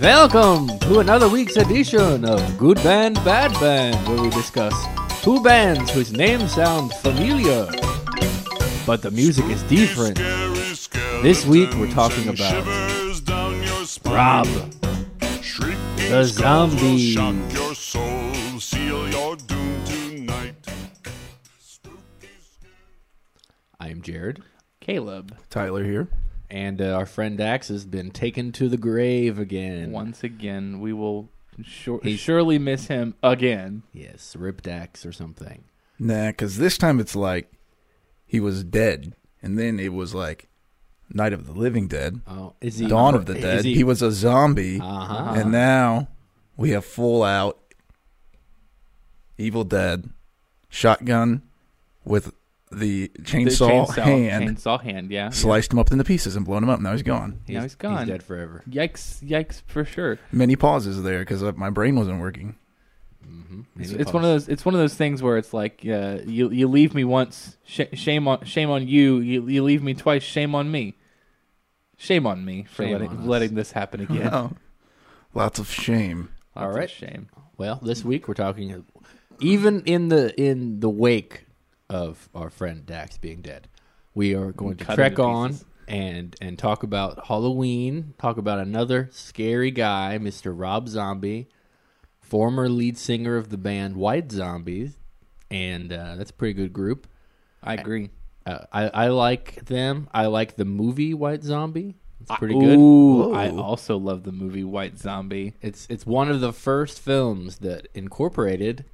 Welcome to another week's edition of Good Band, Bad Band, where we discuss two bands whose names sound familiar, but the music is different. This week we're talking about Rob, the zombie. Your soul, seal your doom tonight. I'm Jared. Caleb. Tyler here. And uh, our friend Dax has been taken to the grave again. once again. We will sure, surely miss him again. Yes, Rip Dax or something. Nah, because this time it's like he was dead, and then it was like Night of the Living Dead, Oh, is he Dawn of the is Dead. He, was a zombie, Uh-huh. and now we have full out Evil Dead shotgun with the The chainsaw, hand, chainsaw hand. Yeah. sliced him up into pieces and blown him up. Now he's gone. now he's gone. He's dead forever. Yikes! Yikes! For sure. Many pauses there because my brain wasn't working. It's, it's one of those. It's one of those things where it's like, uh, you you leave me once, sh- shame on shame on you. you. You leave me twice, shame on me. Shame on me for Shame on us. letting letting this happen again. Oh, lots of shame. All That's a right. shame. Well, this week we're talking even in the in the wake of our friend Dax being dead. We are going to Cut him trek to on pieces. and and talk about Halloween, talk about another scary guy, Mr. Rob Zombie, former lead singer of the band White Zombies, and uh, that's a pretty good group. I agree. Uh, I I like them. I like the movie White Zombie. It's pretty good. Ooh, I also love the movie White Zombie. It's it's one of the first films that incorporated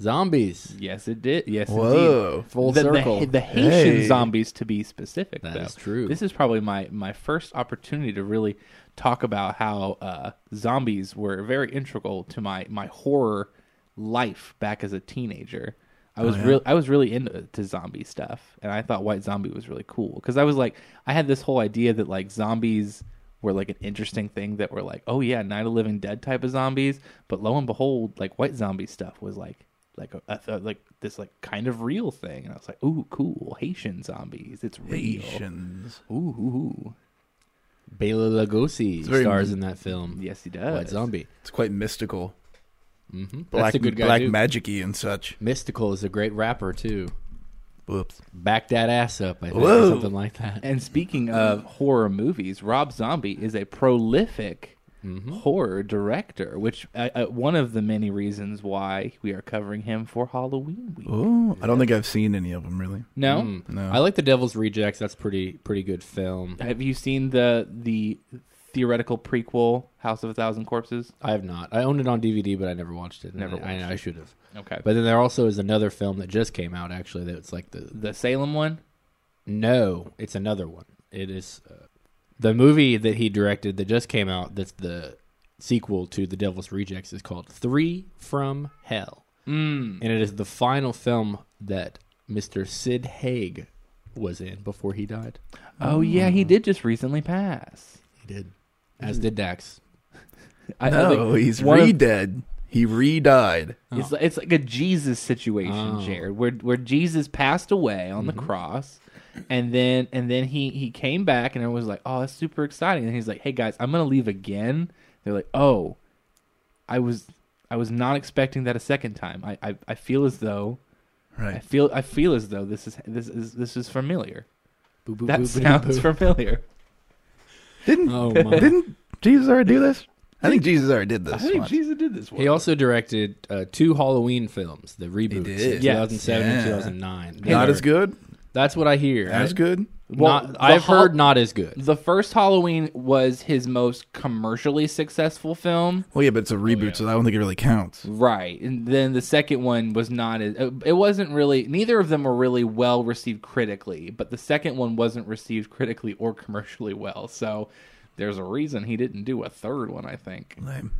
zombies. Yes, it did. Yes, Whoa. indeed. Full the, the- circle. The, Haitian Hey. zombies, to be specific. That though. is true. This is probably my my first opportunity to really talk about how uh, zombies were very integral to my my horror life back as a teenager. I was real. I was really into to zombie stuff, and I thought White Zombie was really cool because I was like, I had this whole idea that like zombies were like an interesting thing that were like, oh yeah, Night of the Living Dead type of zombies. But lo and behold, like White Zombie stuff was like like a, a, like this like kind of real thing, and I was like, ooh, cool Haitian zombies, it's real. Patience. Ooh, ooh, ooh. Bela Lugosi very- stars in that film. yes, he does. White Zombie. It's quite mystical. Black, Black, That's a good guy. black too. magic-y and such. Mystical is a great rapper too. Whoops. Back that ass up, I think, or Whoa. something like that. And speaking of horror movies, Rob Zombie is a prolific horror director, which uh, uh, one of the many reasons why we are covering him for Halloween week. Oh, I don't think I've seen any of them really. No, I like the Devil's Rejects. That's pretty pretty good film. have you seen the the theoretical prequel House of a Thousand Corpses? I have not. I own it on DVD, but I never watched it. Never And I, watched I, I should have. Okay, But then there also is another film that just came out actually. That's like the the Salem one. No, it's another one. It is uh, the movie that he directed that just came out. That's the sequel to The Devil's Rejects. is called Three from Hell, mm. and it is the final film that Mr. Sid Haig was in before he died. Oh yeah, he did just recently pass. He did, as did Dax. I, I No, think Oh, he's one of- re-dead. He re-died. It's like, it's like a Jesus situation, Jared, where where Jesus passed away on the cross, and then and then he he came back, and everyone was like, "Oh, that's super exciting!" And he's like, "Hey guys, I'm gonna leave again." They're like, "Oh, I was I was not expecting that a second time. I I, I feel as though I Right. feel I feel as though this is this is this is familiar. Boo, boo, That boo, boo, sounds boo. familiar. Didn't Oh my! didn't Jesus already do this? I think Jesus already did I this. think once. Jesus did this one. He also directed uh, two Halloween films, the reboots, in did. Yes. 2007 and Yeah. 2009. Not They're- as good. That's what I hear. As good. Well, Not- the I've Hall- heard not as good. the first Halloween was his most commercially successful film. Well, yeah, but it's a reboot, so I don't think it really counts. Right. And then the second one was not as uh, it wasn't really neither of them were really well received critically, but the second one wasn't received critically or commercially well. So there's a reason he didn't do a third one, I think. Lame.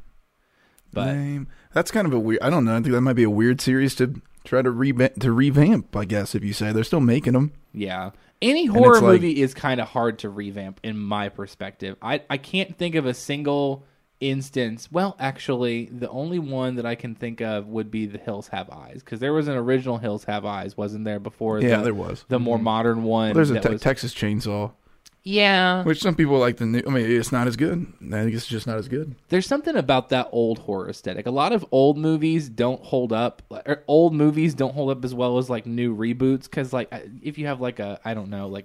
But Lame. That's kind of a weird. I don't know. I think that might be a weird series to try to re- to revamp. I guess if you say they're still making them. yeah. Any horror it's like- movie is kind of hard to revamp in my perspective. I I can't think of a single instance. Well, actually, the only one that I can think of would be The Hills Have Eyes cuz there was an original Hills Have Eyes wasn't there before Yeah, the, there was. Mm-hmm. the more modern one There's a that te- was- Texas Chainsaw. Yeah. Which some people like the new. I mean, it's not as good. I think it's just not as good. There's something about that old horror aesthetic. A lot of old movies don't hold up. Or old movies don't hold up as well as like new reboots. Because like I- if you have like a I don't know like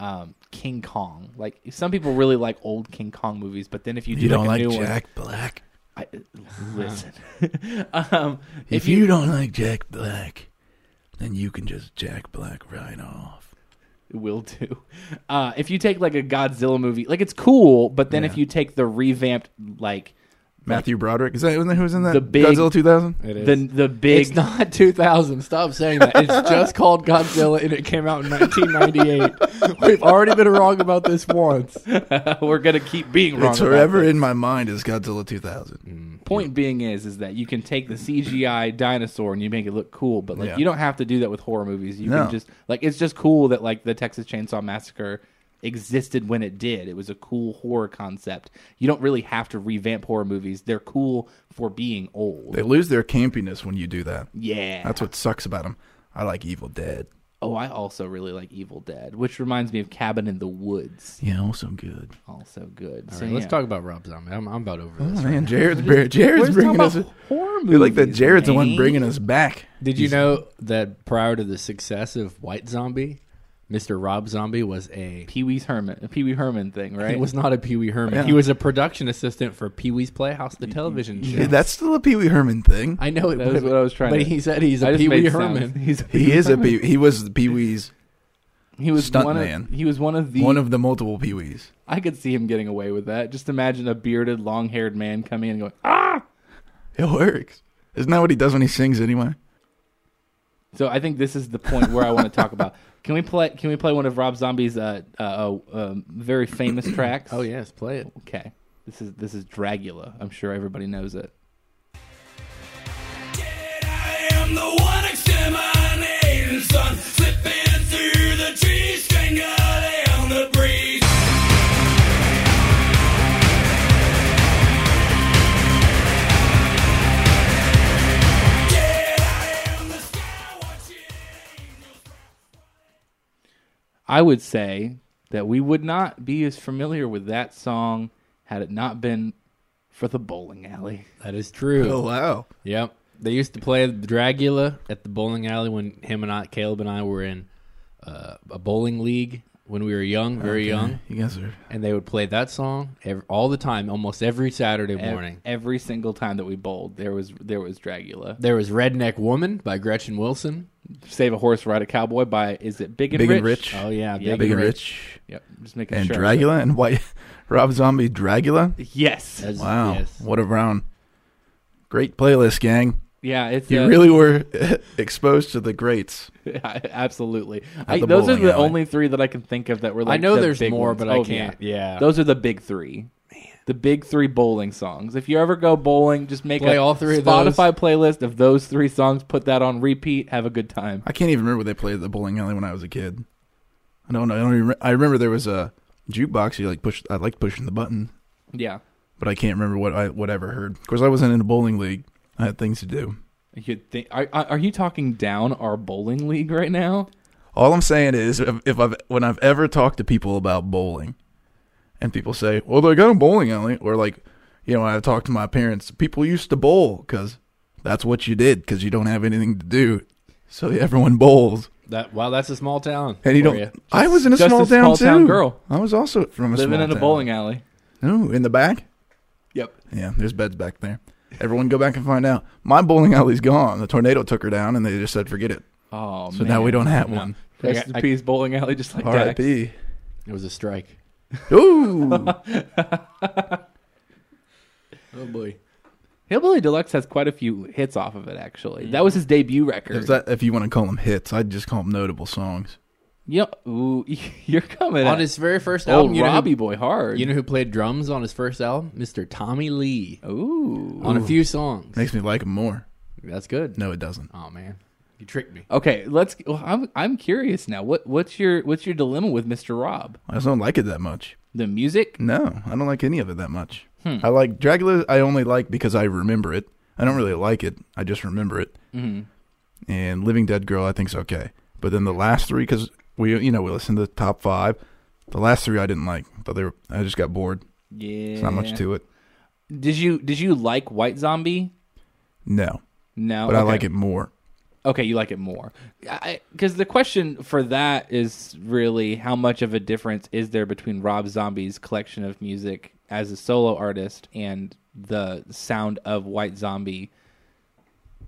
um, King Kong. Like some people really like old King Kong movies, but then if you do like, a new Black. one, I, listen. um, If you don't like Jack Black, then you can just Jack Black right off. will do. Uh, if you take like a Godzilla movie, like it's cool, but then if you take the revamped like Matthew Broderick is that wasn't that who was in that The big- Godzilla 2000? It is. the the big it's not 2000. Stop saying that. It's just called Godzilla, and it came out in 1998. We've already been wrong about this once. we're gonna keep being wrong. It's about forever this. in my mind is Godzilla 2000. Point being is is that you can take the CGI dinosaur and you make it look cool, but like Yeah. you don't have to do that with horror movies. You No. can just like it's just cool that like the Texas Chainsaw Massacre existed when it did. It was a cool horror concept. You don't really have to revamp horror movies. They're cool for being old. They lose their campiness when you do that. yeah. That's what sucks about them. I like Evil Dead. oh, I also really like Evil Dead, which reminds me of Cabin in the Woods. Yeah, also good. Also good. All so right, let's yeah. talk about Rob Zombie. I'm, I'm about over this. Oh, Man, Jared's Jared's We're just bringing talking us. about horror Dude, like that movies, Jared's the one man. bringing us back. Did you know that prior to the success of White Zombie, Mr. Rob Zombie was a Pee Wee's Herman, Pee Wee Herman thing, right? he was not a Pee Wee Herman. Yeah. He was a production assistant for Pee Wee's Playhouse, the television show. Yeah, that's still a Pee Wee Herman thing. I know it That was what I was trying But to- he said he's I a just Pee Wee made sounds. Herman. He's a Pee He is a Pee. He was Pee Wee's He was Stunt one man. of he was one of the one of the multiple Pee Wees. I could see him getting away with that. Just imagine a bearded, long-haired man coming in and going, "Ah!" It works. Isn't that what he does when he sings anyway? So I think this is the point where I want to talk about. Can we play can we play one of Rob Zombie's uh uh, uh um, very famous tracks? Oh yes, play it. Okay. This is this is Dragula. I'm sure everybody knows it. I am the one exterminating sun, slipping through the trees, strangling on the breeze. Yeah, I am the sky watching. I would say that we would not be as familiar with that song had it not been for the bowling alley. That is true. Oh, wow! Yep. They used to play Dragula at the bowling alley when him and I, Caleb and I were in uh, a bowling league when we were young, very young, You guys are. and they would play that song ev all the time, almost every Saturday Ev- morning. every single time that we bowled, there was there was Dragula. There was "Redneck Woman" by Gretchen Wilson. Save a Horse, Ride a Cowboy by is it Big and Big Rich? and Rich. Oh yeah, Yeah, Big, Big and and Rich. Rich Yep. Just making and sure. Dracula and White Rob Zombie Dracula. Yes. As- Wow, yes. what a round! Great playlist, gang. Yeah, it's You uh, really were exposed to the greats. absolutely. I, the those are bowling the alley. only three that I can think of that were like I know the there's big more, ones. but Oh, I can't. Yeah. Those are the big 3. The big 3 bowling songs. If you ever go bowling, just make Play a all three of those. Spotify playlist of those 3 songs, put that on repeat, have a good time. I can't even remember they played at the bowling alley when I was a kid. I don't know. I don't. Even, I remember there was a jukebox. You like push. I liked pushing the button, Yeah. but I can't remember what I what I ever heard. Of course, I wasn't in a bowling league. I had things to do. You think are, are are you talking down our bowling league right now? All I'm saying is, if, if I've when I've ever talked to people about bowling, and people say, "Well, they got a bowling alley," or like, you know, when I talk to my parents, people used to bowl because that's what you did because you don't have anything to do, so everyone bowls. That wow, that's a small town. And you for don't. ya. I was in a Oh, just small a town small too. town girl. I was also from a Living small in a town. bowling alley. Oh, in the back? Yep. Yeah, there's beds back there. Everyone go back and find out. My bowling alley's gone. The tornado took her down, and they just said, forget it. Oh, So now we don't have No. one. Rest in I- peace, bowling alley, just like that. R.I.P. It was a strike. Ooh. Oh boy. Hillbilly Deluxe has quite a few hits off of it, actually. That was his debut record. if, that, if you want to call them hits, I'd just call them notable songs. you know, ooh, you're coming On at his very first album, old you know, Robbie who, Boy hard. you know who played drums on his first album? Mr. Tommy Lee ooh. on a few songs. Makes me like them more. That's good. No, it doesn't. Oh man, you tricked me. Okay, let's. Well, I'm I'm curious now. What what's your what's your dilemma with Mr. Rob? I just don't like it that much. The music? No, I don't like any of it that much. I like Dracula. I only like because I remember it. I don't really like it. I just remember it. Mm-hmm. And Living Dead Girl, I think's okay. But then the last three, because we you know we listen to the top five. The last three I didn't like. Thought they were. I just got bored. Yeah. There's not much to it. Did you did you like White Zombie? No, No. but I Oh, Okay. like it more. Okay, you like it more. Because the question for that is really how much of a difference is there between Rob Zombie's collection of music as a solo artist and the sound of White Zombie?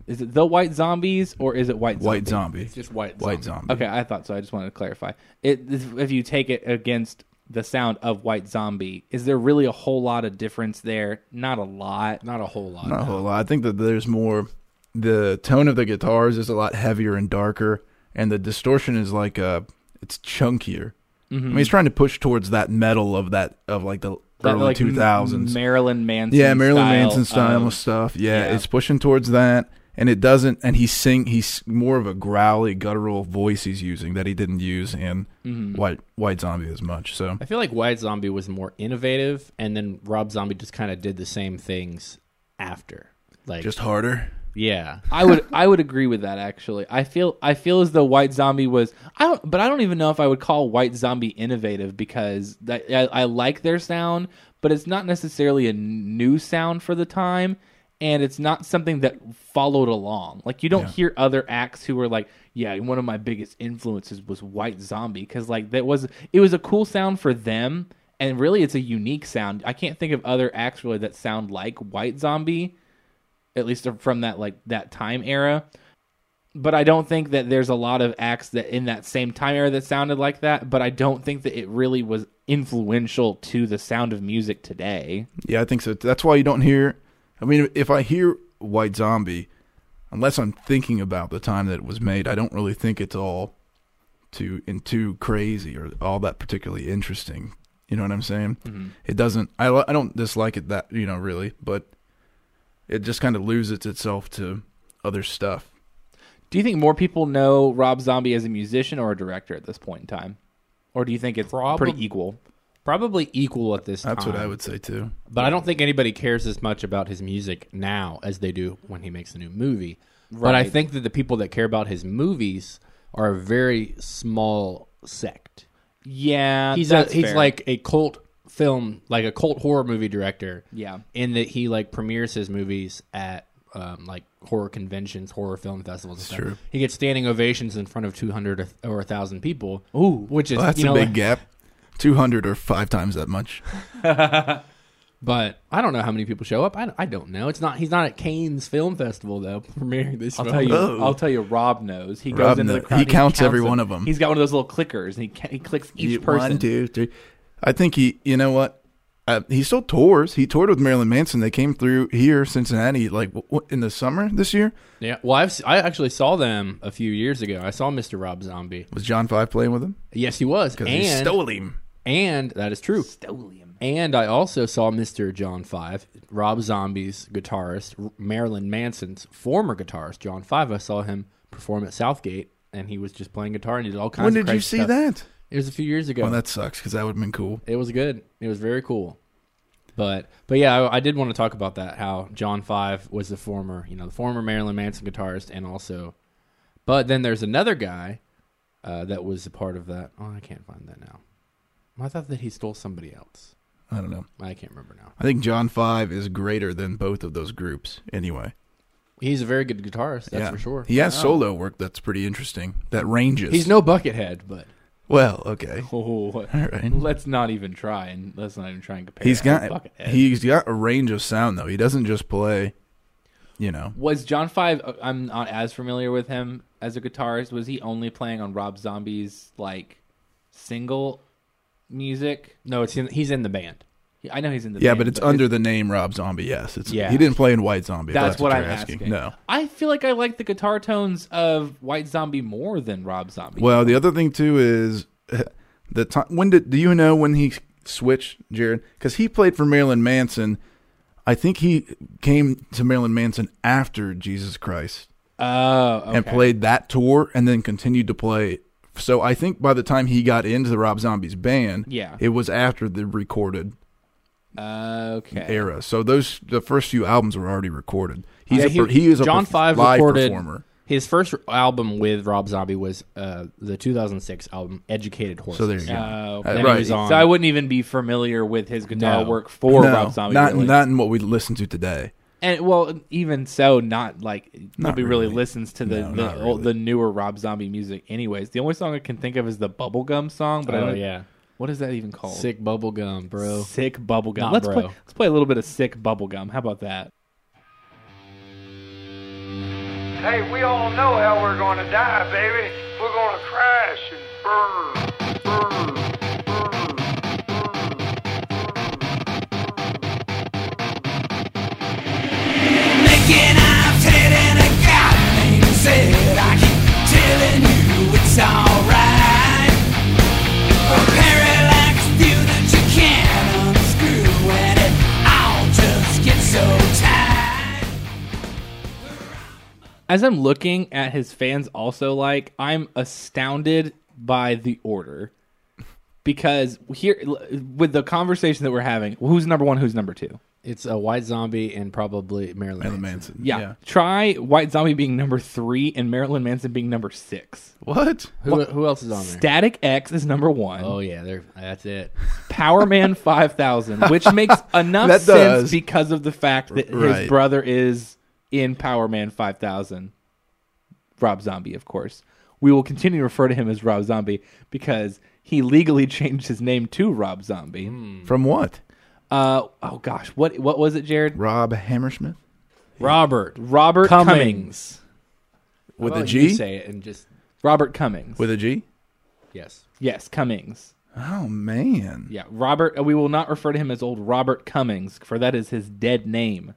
Is it the White Zombies or is it White Zombie? White Zombie. just white. White Zombie. Okay, I thought so. I just wanted to clarify. It, if you take it against the sound of White Zombie, is there really a whole lot of difference there? Not a lot. Not a whole lot. Not a whole lot. I think that there's more. The tone of the guitars is a lot heavier and darker, and the distortion is like uh it's chunkier. I mean, he's trying to push towards that metal of that of like the Mm-hmm. That, early like, two thousands. Marilyn Manson. yeah, Marilyn style Manson style of- stuff. Yeah, yeah. it's pushing towards that, and it doesn't. And he's sing. He's more of a growly, guttural voice he's using that he didn't use in Mm-hmm. White White Zombie as much. So I feel like White Zombie was more innovative, and then Rob Zombie just kind of did the same things after. Like, just harder. yeah, I would I would agree with that actually. I feel I feel as though White Zombie was I don't but I don't even know if I would call White Zombie innovative because that, I, I like their sound, but it's not necessarily a new sound for the time, and it's not something that followed along. Like you don't hear other acts who were like, yeah, one of my biggest influences was White Zombie because like that was it was a cool sound for them, and really it's a unique sound. I can't think of other acts really that sound like White Zombie at least from that like that time era. But I don't think that there's a lot of acts that in that same time era that sounded like that. But I don't think that it really was influential to the sound of music today. Yeah, I think so. That's why you don't hear. I mean, if I hear White Zombie, unless I'm thinking about the time that it was made, I don't really think it's all too in too crazy or all that particularly interesting. You know what I'm saying? Mm-hmm. It doesn't. I li- I don't dislike it that you know really, but it just kind of loses itself to other stuff. Do you think more people know Rob Zombie as a musician or a director at this point in time, or do you think it's Probab- pretty equal? probably equal at this time. That's what I would say too. But I don't think anybody cares as much about his music now as they do when he makes a new movie. But I Right. think that the people that care about his movies are a very small sect. Yeah, He's that's a, he's fair. like a cult film, like a cult horror movie director. Yeah. in that he like premieres his movies at um, like horror conventions, horror film festivals. and stuff. true. He gets standing ovations in front of two hundred or, or thousand people. Ooh. which is Well, that's you know, a big like- gap. Two hundred or five times that much. But I don't know how many people show up. I, I don't know. It's not. He's not at Cannes Film Festival though, premiering this. I'll film. tell you. Oh. I'll tell you. Rob knows. He goes Rob into the knows. crowd. He and counts every them. one of 'em. He's got one of those little clickers, and he ca- he clicks each Yeah, person. One, two, three. I think he. You know what? Uh, he still tours. He toured with Marilyn Manson. They came through here, Cincinnati, like w- w- in the summer this year. Yeah. Well, I've, si actually saw them a few years ago. I saw Mr. Rob Zombie. Was John Five playing with him? Yes, he was. And Because he stole him. and that is true. Stole him. And I also saw Mr. John Five, Rob Zombie's guitarist, R- Marilyn Manson's former guitarist, John Five. I saw him perform at Southgate, and he was just playing guitar and he did all kinds. When of did you crazy see stuff. that? It was a few years ago. Well, that sucks because that would have been cool. it was good. It was very cool. But but yeah, I, I did want to talk about that. How John Five was the former, you know, the former Marilyn Manson guitarist, and also, but then there's another guy uh, that was a part of that. Oh, I can't find that now. I thought that he stole somebody else. I don't know. I can't remember now. I think John Five is greater than both of those groups. Anyway, He's a very good guitarist, that's Yeah. for sure. He has solo work that's pretty interesting. That ranges. He's no buckethead, but well. Okay. Oh, All right. let's not even try and let's not even try and compare. He's apples to got Buckethead. he's got a range of sound though. He doesn't just play. You know. was John Five. uh, I'm not as familiar with him as a guitarist. Was he only playing on Rob Zombie's like single music? no, it's in, he's in the band. Yeah, I know he's in the Yeah, band, but it's under the name Rob Zombie. Yes, it's Yeah. He didn't play in White Zombie. if That's, what you're I'm asking. No. I feel like I like the guitar tones of White Zombie more than Rob Zombie. Well, the other thing too is uh, the time. When did do you know when he switched, Jared? Because he played for Marilyn Manson. I think he came to Marilyn Manson after Jesus Christ Oh, okay. and played that tour, and then continued to play. So I think by the time he got into the Rob Zombie's band, Yeah. it was after the recorded okay. era. So those the first few albums were already recorded. He's Yeah, a, he- he, he is a John perf- Five live recorded- performer. His first album with Rob Zombie was uh, the 2006 album Educated Horses. So there you go. Oh, Uh, then he right. was on- So I wouldn't even be familiar with his guitar No. work for no, Rob Zombie. not really. not in what we listen to today. and well, even so, not like nobody really. really. listens to the No, the, not old, the really. newer Rob Zombie music. Anyways, the only song I can think of is the Bubblegum song. But I oh don't, yeah, what is that even called? sick bubblegum, bro. Sick bubblegum. Not let's bro. play. Let's play a little bit of sick bubblegum. How about that? Hey, we all know how we're gonna die, baby. We're gonna crash and burn, burn, burn, Making eyes head in a goddamn set. I keep telling you it's alright. A parallax view that you can't unscrew, and it all just gets so tight. As I'm looking at his fans, also like I'm astounded by the order because here with the conversation that we're having, who's number one, who's number two? It's a white zombie and probably Marilyn. Marilyn Manson. Manson. Yeah. Try White Zombie being number three and Marilyn Manson being number six. What? Who, who else is on there? Static X is number one. Oh yeah, there. That's it. Power Man 5000, which makes enough That sense does. because of the fact that his Right. brother is in Power Man 5000. Rob Zombie, of course. We will continue to refer to him as Rob Zombie because he legally changed his name to Rob Zombie. From what? Uh, oh gosh, what what was it, Jared? Rob Hammersmith Robert Robert Cummings. Cummings. with Why Oh, a don't you G. say it and just Robert Cummings. With a G. yes. yes, Cummings. Oh man. Yeah, Robert. uh, We will not refer to him as old Robert Cummings, for that is his dead name.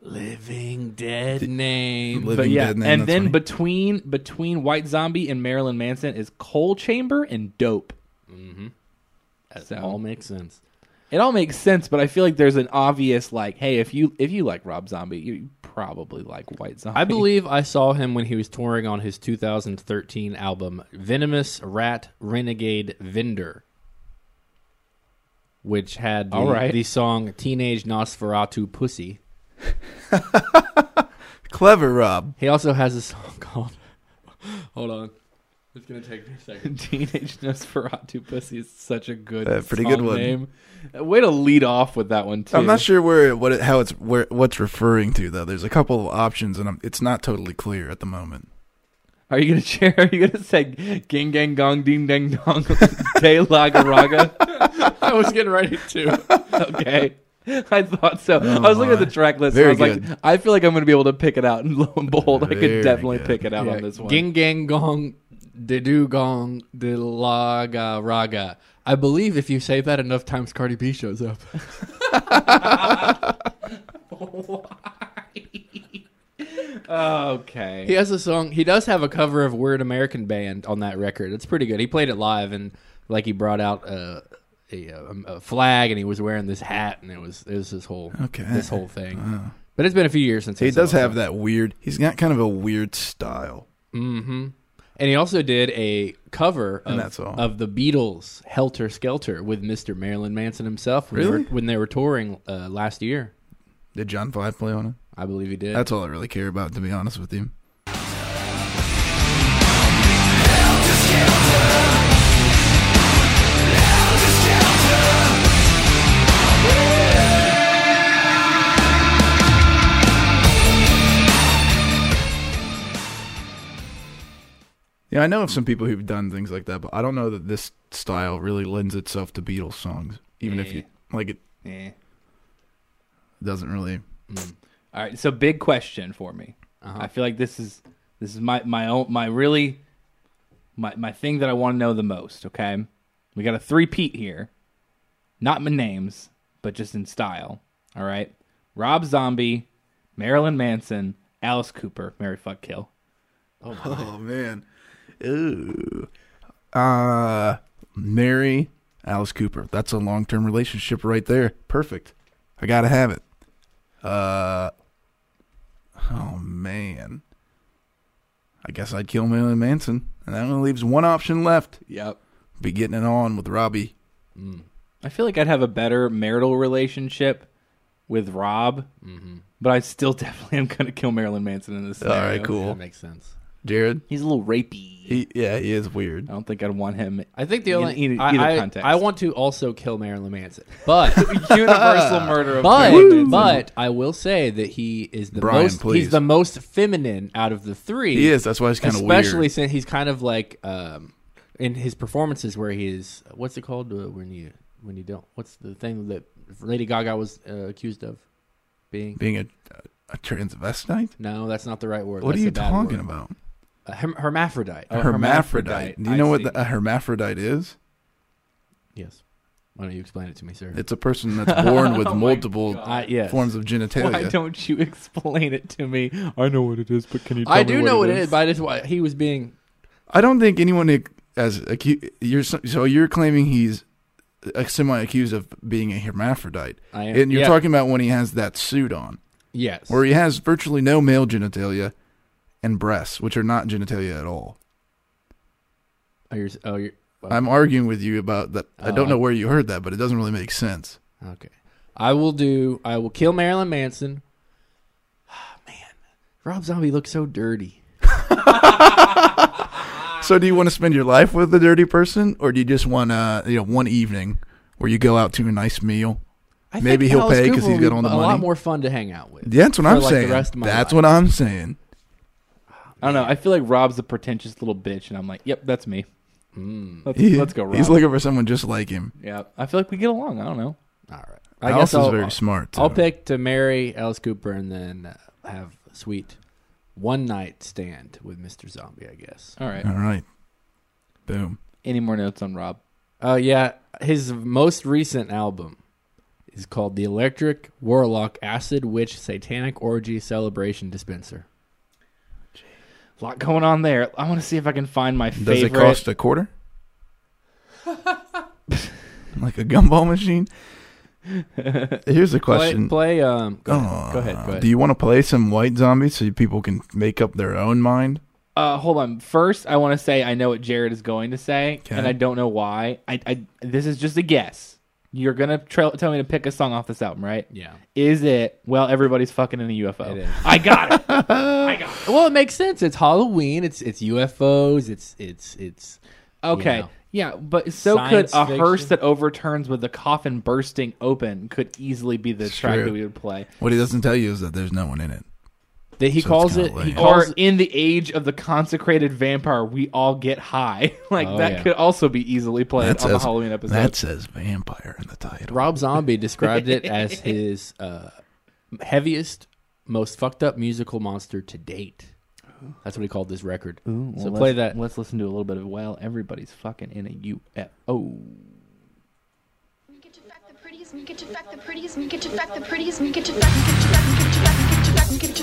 Living dead name. Living But yeah, Dead Man, and that's then funny. between between White Zombie and Marilyn Manson is Coal Chamber and Dope. Mm-hmm. So All makes sense. it all makes sense, but I feel like there's an obvious like, hey, if you if you like Rob Zombie, you probably like White Zombie. I believe I saw him when he was touring on his 2013 album Venomous Rat Renegade Vendor, which had the, All right. the song Teenage Nosferatu Pussy. Clever Rob. He also has a song called Hold on. It's going to take me a second. Teenage Nosferatu Pussy is such a good, Uh, pretty good song one. name. Uh, Way to lead off with that one too. I'm not sure where what it, how it's where what's referring to though. There's a couple of options and I'm, it's not totally clear at the moment. Are you gonna share? Are you gonna say "Gang Gang Gong Ding Dang Dong" Day Laga Raga? I was getting ready to. Okay, I thought so. I was looking at the track list. Very and I was good. like, I feel like I'm gonna be able to pick it out, and lo and behold, I could Very definitely good. pick it out on this one. Ging gang gong de do gong de laga raga. I believe if you say that enough times Cardi B shows up. okay. He has a song. He does have a cover of Weird American Band on that record. It's pretty good. He played it live, and like he brought out a, a, um, a flag, and he was wearing this hat, and it was it was this whole Okay. this whole thing. But it's been a few years since He I does saw have him. that weird. He's got kind of a weird style. and he also did a cover of, that's all. of the Beatles' "Helter Skelter" with Mr. Marilyn Manson himself. When Really? They were, when they were touring uh, last year, Did John Five play on it? I believe he did. That's all I really care about, to be honest with you. Yeah, I know of some people who've done things like that, but I don't know that this style really lends itself to Beatles songs. Even if you like, it Eh. doesn't really. All right. So, big question for me. Uh-huh. I feel like this is this is my my own my really my my thing that I want to know the most. Okay, we got a three peat here, not in names, but just in style. All right, Rob Zombie, Marilyn Manson, Alice Cooper, Mary Fuck Kill. Oh man. Ooh. Uh Mary Alice Cooper. That's a long term relationship right there. Perfect. I gotta have it. Uh oh man. I guess I'd kill Marilyn Manson. And that only leaves one option left. Yep. Be getting it on with Robbie. I feel like I'd have a better marital relationship with Rob but I still definitely am gonna kill Marilyn Manson in this. Mm-hmm. All Scenario. right, cool. That makes sense. Jared, He's a little rapey. he, yeah, he is weird. Oh, I don't think I'd want him. I think the In- only in I, either I, context. I want to also kill Marilyn Manson, but Ah! Universal murder of but but I will say that he is the Brian, most please. he's the most feminine out of the three. He is. That's why he's kind of weird. especially since he's kind of like um, in his performances where he is what's it called uh, when you when you don't what's the thing that Lady Gaga was uh, accused of being. being a, a transvestite. No, that's not the right word. What That's are you a bad talking word. about? A herm- hermaphrodite. Oh, A hermaphrodite. Do you I know what see. the, a hermaphrodite is? Yes. Why don't you explain it to me, sir? It's a person that's born Oh with multiple I, uh, yes. forms of genitalia. Why don't you explain it to me? I know what it is, but can you? Tell I me do what know what it is. but I just why he was being I don't think anyone ac- as acu- you're so so you're claiming he's uh, semi-accused of being a hermaphrodite, I am. and you're Yeah. talking about when he has that suit on, yes. where he has virtually no male genitalia and breasts, which are not genitalia at all. Oh, you're, oh, you're, I'm arguing with you about that. I Uh, don't know where you heard that, but it doesn't really make sense. Okay. I will do. I will kill Marilyn Manson. Ah, Man, Rob Zombie looks so dirty. So, do you want to spend your life with a dirty person, or do you just want uh, you know one evening where you go out to a nice meal? I Maybe he'll pay 'cause he's will be got all the A lot money. more fun to hang out with. That's what For, I'm like, the saying. rest of my That's life. what I'm saying. I don't know. I feel like Rob's a pretentious little bitch, and I'm like, yep, that's me. Let's, Mm. He- let's go, Rob. He's looking for someone just like him. yeah, I feel like we get along. I don't know. All right. I I guess Alice is I'll, very smart. I'll too. pick to marry Alice Cooper and then uh, have a sweet one night stand with Mr. Zombie. I guess. All right. All right. Boom. Any more notes on Rob? Oh yeah, his most recent album is called "The Electric Warlock Acid Witch Satanic Orgy Celebration Dispenser." A lot going on there. I want to see if I can find my Does favorite. it cost a quarter? like a gumball machine? Here's Play, a question. play um. Go, Uh, ahead, go ahead. Go ahead. Do you want to play some white zombies so people can make up their own mind? uh, hold on. First, I want to say I know what Jared is going to say, and I don't know why. I, I this is just a guess. You're gonna tra- tell me to pick a song off this album, right? Yeah. Is it? Well, everybody's fucking in a UFO. I got it. I got it. Well, it makes sense. It's Halloween. It's it's UFOs. It's it's it's. Okay. You know. Yeah, but so Science could a hearse fiction. that overturns with the coffin bursting open could easily be the track true. that we would play. What he doesn't tell you is that there's no one in it. That he So it's calls kinda it. lame. He Or calls. in the age of the consecrated vampire, we all get high. like Oh, that yeah. could also be easily played That on the says- Halloween episode. That says vampire in the title. Rob Zombie described it as his uh, heaviest, most fucked up musical monster to date. That's what he called this record. so Well, play let's- that. Let's listen to a little bit of well, everybody's fucking in a UFO. You get to fuck the prettiest, you get to fuck the prettiest, you get to fuck the prettiest, you get to fuck, you get to fuck, you get to fuck, you get to fuck, you get to fuck, you get to fuck, you get to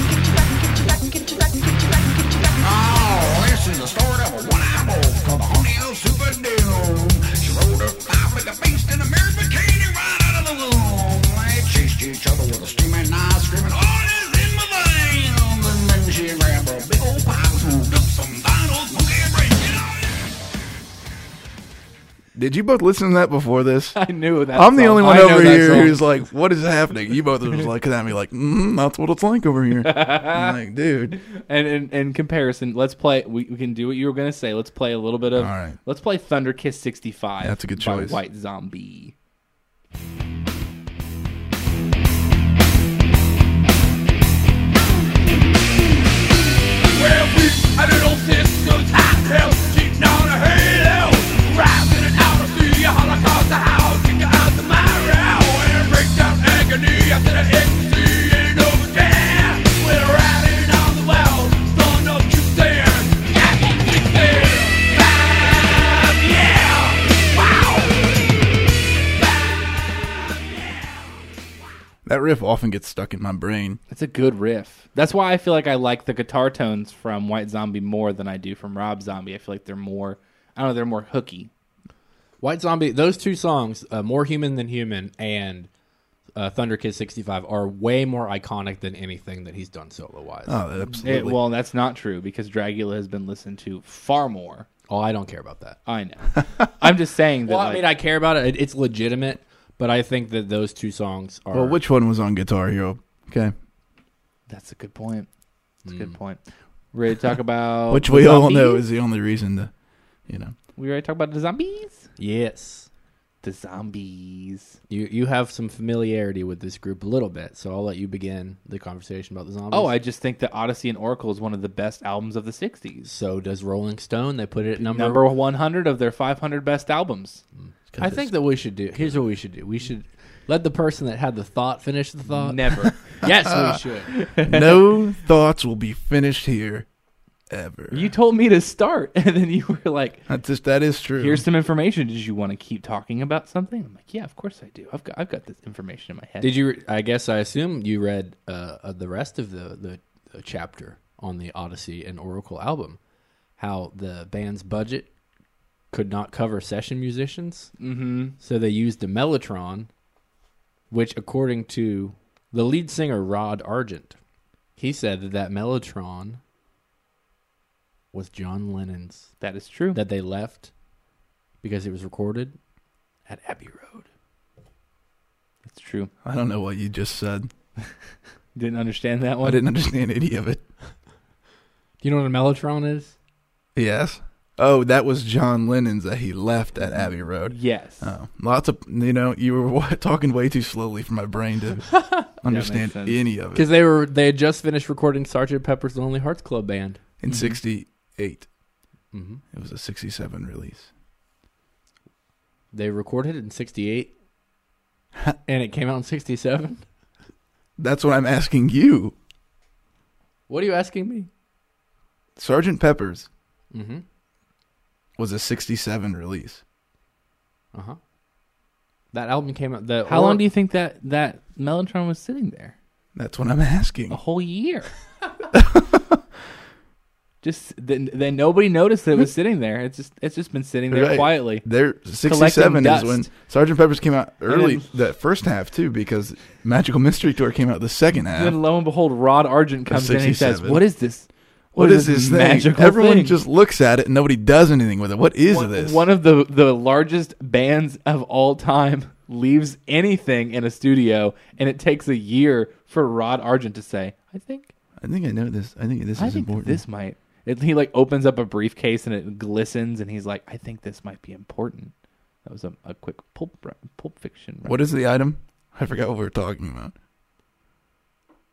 fuck, you get to fuck, you get to fuck, you get to fuck, you get to fuck, you get to fuck, you get to fuck, you get to fuck, you get to fuck. Oh, this is the story of a one-eyed wolf called the Honey Old Super Doom. She rode up high with a beast and a marriage bikini right out of the womb. They chased each other with a steaming knife, screaming, "Oh, it is in my veins!" And then she grabbed a big old pipe, swooped up some vinyl, smoky brains. You know, Did you both listen to that before this? I knew that. I'm the song. only one I know over that here song. who's like, "What is happening?" You both was looking at me like, mm, "That's what it's like over here." I'm like, dude, And in, in comparison, let's play. We, we can do what you were gonna say. Let's play a little bit of. All right. Let's play Thunder Kiss sixty five. That's a good by choice. White Zombie. Well, we had an old sister's hot tail, cheating on a halo. Rising and out of the Holocaust, the house, kicked her out the marrow. And it breaks down agony after the ecstasy and overdose. We're riding on the well, son of you there. Got me sick there. Five, yeah. Wow. that riff often gets stuck in my brain. That's a good riff. That's why I feel like I like the guitar tones from White Zombie more than I do from Rob Zombie. I feel like they're more. I don't know. They're more hooky. White Zombie, those two songs, uh, More Human Than Human and uh, Thunder Kid 65, are way more iconic than anything that he's done solo wise. Oh, that It, absolutely. well, that's not true because Dragula has been listened to far more. oh, I don't care about that. I know. I'm just saying that. Well, I like- mean, I care about it. It- It's legitimate, But I think that those two songs are Well, which one was on Guitar Hero? Okay. That's a good point. That's a good point. Ready to talk about Which the we all know zombies? is the only reason to, you know. we already talked about the zombies. yes. The zombies. You you have some familiarity with this group a little bit, so I'll let you begin the conversation about the zombies. Oh, I just think that Odyssey and Oracle is one of the best albums of the '60s. so does Rolling Stone. They put it at number, Number 100 of their 500 best albums. I think that we should do. Here's what we should do. We should let the person that had the thought finish the thought. Never. Yes, we should. no thoughts will be finished here ever. you told me to start, and then you were like, That's just, that is true. "Here's some information. Did you want to keep talking about something?" I'm like, "Yeah, of course I do. I've got I've got this information in my head." Did you? I guess I assume you read uh, uh, the rest of the, the the chapter on the Odyssey and Oracle album. How the band's budget could not cover session musicians, mm-hmm. so they used a mellotron, which, according to the lead singer Rod Argent, he said that that mellotron was John Lennon's that is true. that they left because it was recorded at Abbey Road. That's true. I don't know what you just said. Didn't understand that I one. didn't understand any of it. Do you know what a mellotron is? Yes. Oh, that was John Lennon's that he left at Abbey Road. Yes. Uh, Oh, lots of you know you were wa- talking way too slowly for my brain to understand sense. any of it Because they were they had just finished recording Sergeant Pepper's Lonely Hearts Club Band. Mm-hmm. in '68. It was a '67 release. They recorded it in '68, and it came out in '67. That's what I'm asking you, What are you asking me? Sergeant Pepper's. Mm-hmm. Was a '67 release. That album came out. The How long do you think that that Mellotron was sitting there? That's what I'm asking. A whole year. just then, then nobody noticed that it was sitting there. It's just it's just been sitting there Right. quietly. There, '67 is dust. when Sergeant Pepper's came out early. then- that first half too, because Magical Mystery Tour came out the second half. Then lo and behold, Rod Argent comes in and he says, 67. "What is this? what is this thing? magical Everyone thing?" just looks at it and nobody does anything with it. What is one, this? one of the the largest bands of all time leaves anything in a studio, and it takes a year for Rod Argent to say, "I think I think I know this. I think this I is think that important. this might." And he like opens up a briefcase and it glistens, and he's like, "I think this might be important." That was a, a quick pulp re- pulp fiction. re- What is the item? I forgot what we were talking about.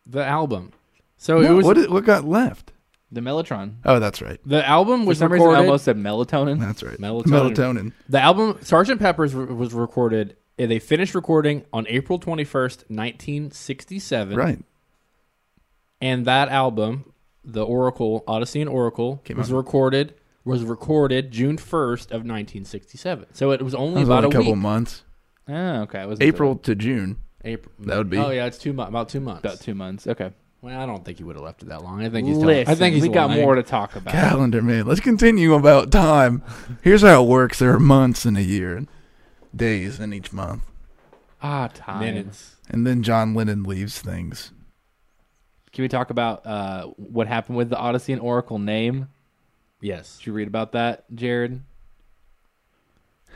the album? So it What, was what, is, what got left? the Mellotron? Oh, that's right. the album For was some reason, I recorded. almost said melatonin. That's right. Melatonin. Melatonin. the album Sergeant Pepper's re- was recorded. and They finished recording on April 21st, 1967. Right. and that album, the Oracle Odyssey and Oracle, Came was out. recorded was recorded June first of nineteen sixty seven. So it was That only was about only a a couple week. months. Oh, okay. It was April to June. April. That would be- Oh yeah, it's two months. About two months. about two months. Okay. Well, I don't think he would have left it that long. I think he's. telling- Listen, I think he's we got lying. more to talk about. Calendar, man. Let's continue about time. Here's how it works. There are months in a year, and days in each month, Ah, time. minutes. and then John Lennon leaves things. Can we talk about uh, what happened with the Odyssey and Oracle name? Yes. Did you read about that, Jared?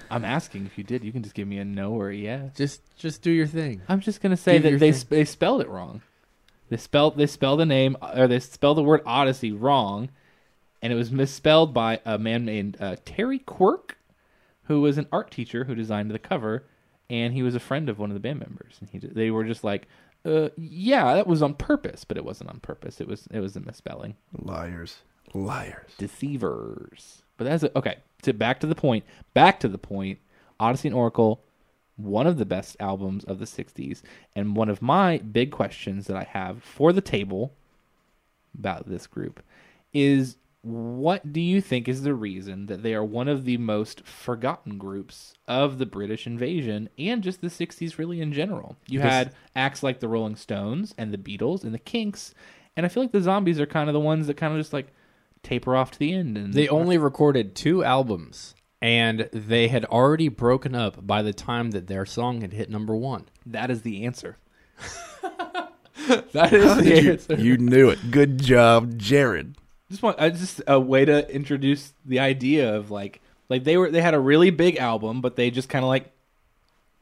I'm asking if you did. You can just give me a no or a yes. Just just do your thing. I'm just gonna say Give your that they thing. sp- they spelled it wrong. They spelled they spelled the name or they spelled the word Odyssey wrong, and it was misspelled by a man named uh, Terry Quirk, who was an art teacher who designed the cover, and he was a friend of one of the band members. And he ju- they were just like, uh, "Yeah, that was on purpose, but it wasn't on purpose. It was it was a misspelling." Liars. Liars. deceivers. But that's a, okay. To back to the point. Back to the point. Odyssey and Oracle, one of the best albums of the '60s, and one of my big questions that I have for the table about this group is what do you think is the reason that they are one of the most forgotten groups of the British invasion and just the 60s really in general? You had acts like the Rolling Stones and the Beatles and the Kinks, and I feel like the Zombies are kind of the ones that kind of just like taper off to the end and They only recorded two albums, and they had already broken up by the time that their song had hit number one. that is the answer. That is the You, answer. you knew it. Good job, Jared. just want I just a way to introduce the idea of like like they were they had a really big album, but they just kind of like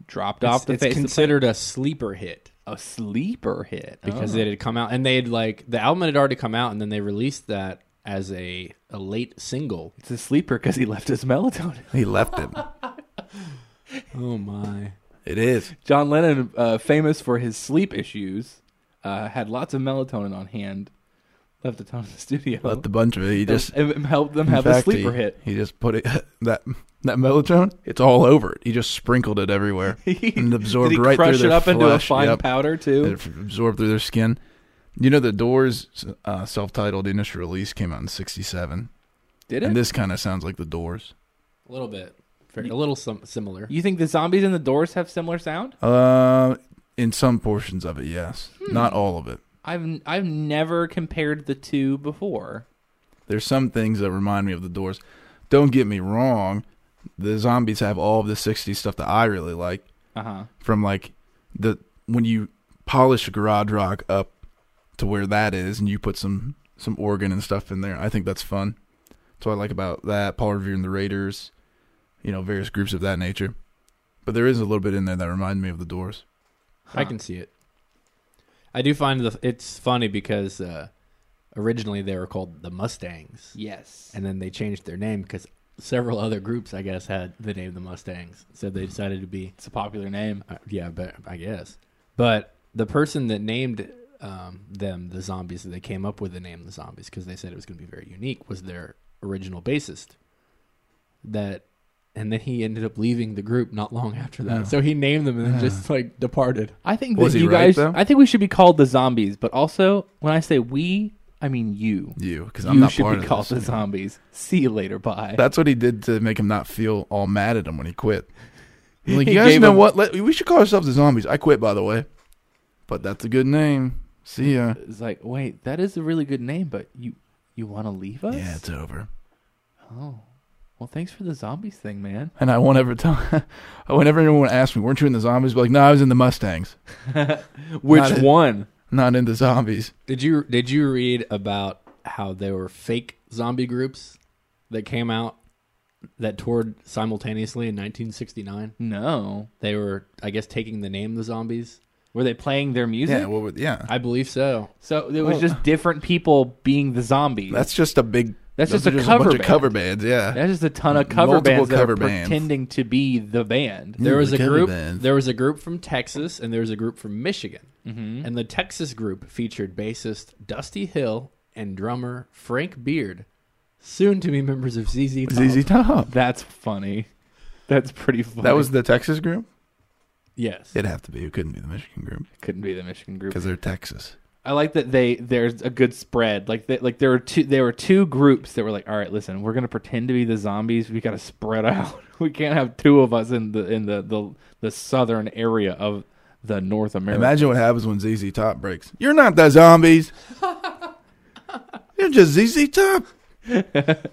dropped It's- off the it's face. of the considered a sleeper hit planet. a sleeper hit because it had come out and they had like the album had already come out and then they released that as a, a late single. it's a sleeper because he left his melatonin. He left him. Oh my. It is. John Lennon, uh, famous for his sleep issues, uh, had lots of melatonin on hand. Left a ton in the studio. Left a bunch of it. He just and, and helped them in have a fact, sleeper he, hit. He just put it that that melatonin. It's all over it. He just sprinkled it everywhere and absorbed Did he right crush through it their up into a flesh. fine Yep. powder too? It absorbed through their skin. You know, the Doors' uh, self-titled initial release came out in '67, Did it? and this kind of sounds like the Doors. A little bit. Very- A little sim- similar. you think the zombies and the doors have similar sound? Uh, in some portions of it, yes, Hmm. not all of it. I've I've never compared the two before. There's some things that remind me of the Doors. Don't get me wrong, the Zombies have all of the '60s stuff that I really like. Uh huh. from like the when you polish garage rock up to where that is and you put some some organ and stuff in there i think that's fun that's what i like about that paul revere and the raiders you know various groups of that nature but there is a little bit in there that reminded me of the doors I can see it. I do find the it's funny because uh, originally they were called the Mustangs, Yes. and then they changed their name because several other groups, I guess, had the name the Mustangs, so they decided to be it's a popular name. uh, yeah, but I guess. But the person that named um, them the zombies, that they came up with the name the zombies because they said it was going to be very unique, was their original bassist. That, and then he ended up leaving the group not long after that. So he named them and then just like departed. I think Was that he you right, guys. though? I think we should be called the zombies, but also when I say we, I mean you. you because i'm You not should part be of called this. the zombies. See you later. Bye. that's what he did to make him not feel all mad at him when he quit He's like He you guys gave know him- what Let, we should call ourselves the zombies i quit by the way but that's a good name see ya it's like, wait, that is a really good name, but you you want to leave us? yeah it's over oh, well, thanks for the zombies thing, man. And I won't ever tell. I won't ever anyone ask me, "Weren't you in the zombies?" Be like, "No, I was in the Mustangs, Which Not it. one? not in the zombies." Did you did you read about how there were fake zombie groups that came out that toured simultaneously in 1969? No. They were, I guess, taking the name the zombies. Were they playing their music? Yeah, well, with- yeah. I believe so. so it was just different people being the zombies. That's just a big. That's those just a are cover bunch of band. cover bands. Yeah, That's just a ton of cover Multiple bands cover that are bands. pretending to be the band. There was a cover group. band. There was a group from Texas, and there was a group from Michigan. Mm-hmm. And the Texas group featured bassist Dusty Hill and drummer Frank Beard, soon to be members of ZZ Top. ZZ Top. That's funny. That's pretty funny. That was the Texas group. Yes, It'd have to be. It couldn't be the Michigan group couldn't be the Michigan group. because they're Texas. I like that they there's a good spread. Like they, like there were two there were two groups that were like, all right, listen, we're gonna pretend to be the zombies. We gotta spread out. We can't have two of us in the in the the, the southern area of the North America. Imagine what happens when ZZ Top breaks. You're not the zombies. You're just ZZ Top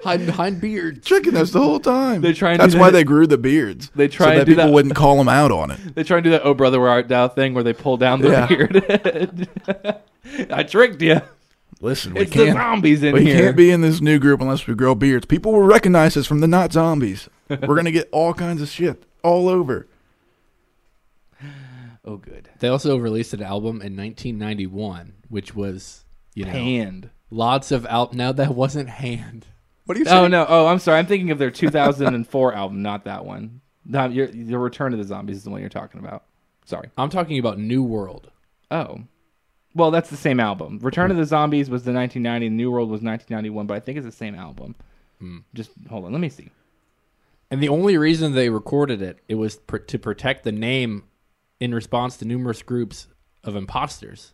hiding behind Beard. tricking us the whole time. They try and That's do why that- they grew the beards. They try so and that do people that- wouldn't call them out on it. They try and do that "Oh brother, where art thou" thing where they pull down the Yeah. beard. I tricked you. Listen, we It's the can't. zombies in We here. can't be in this new group unless we grow beards. People will recognize us from the not zombies. We're gonna get all kinds of shit all over. oh, good. They also released an album in 1991, which was you Oh. know Hand. lots of out. Now that wasn't hand. What do you say? Oh no. Oh, I'm sorry. I'm thinking of their 2004 album, not that one. No, your, your Return of the Zombies is the one you're talking about. Sorry. I'm talking about New World. Oh. Well, that's the same album. Return of the Zombies was the 1990, New World was 1991, but I think it's the same album. Hmm. Just hold on, let me see. And the only reason they recorded it, it was pr- to protect the name in response to numerous groups of imposters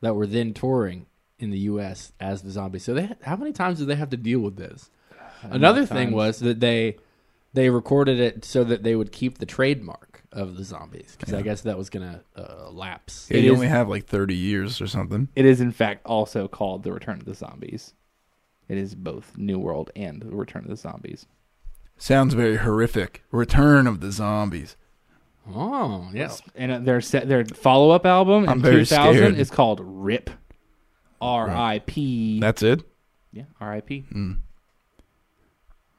that were then touring in the U.S. as the zombies. So, they, how many times did they have to deal with this? Another thing was that they they recorded it so that they would keep the trademark of the zombies because I guess that was gonna uh, lapse. Yeah, It you is- only have like thirty years or something. It is in fact also called The Return of the Zombies. It is both New World and The Return of the Zombies. Sounds very horrific. Return of the zombies. Oh, yes. And uh, their set, their follow-up album in I'm very 2000 scared. is called RIP. R I P. That's it. Mm. Yeah, R I P.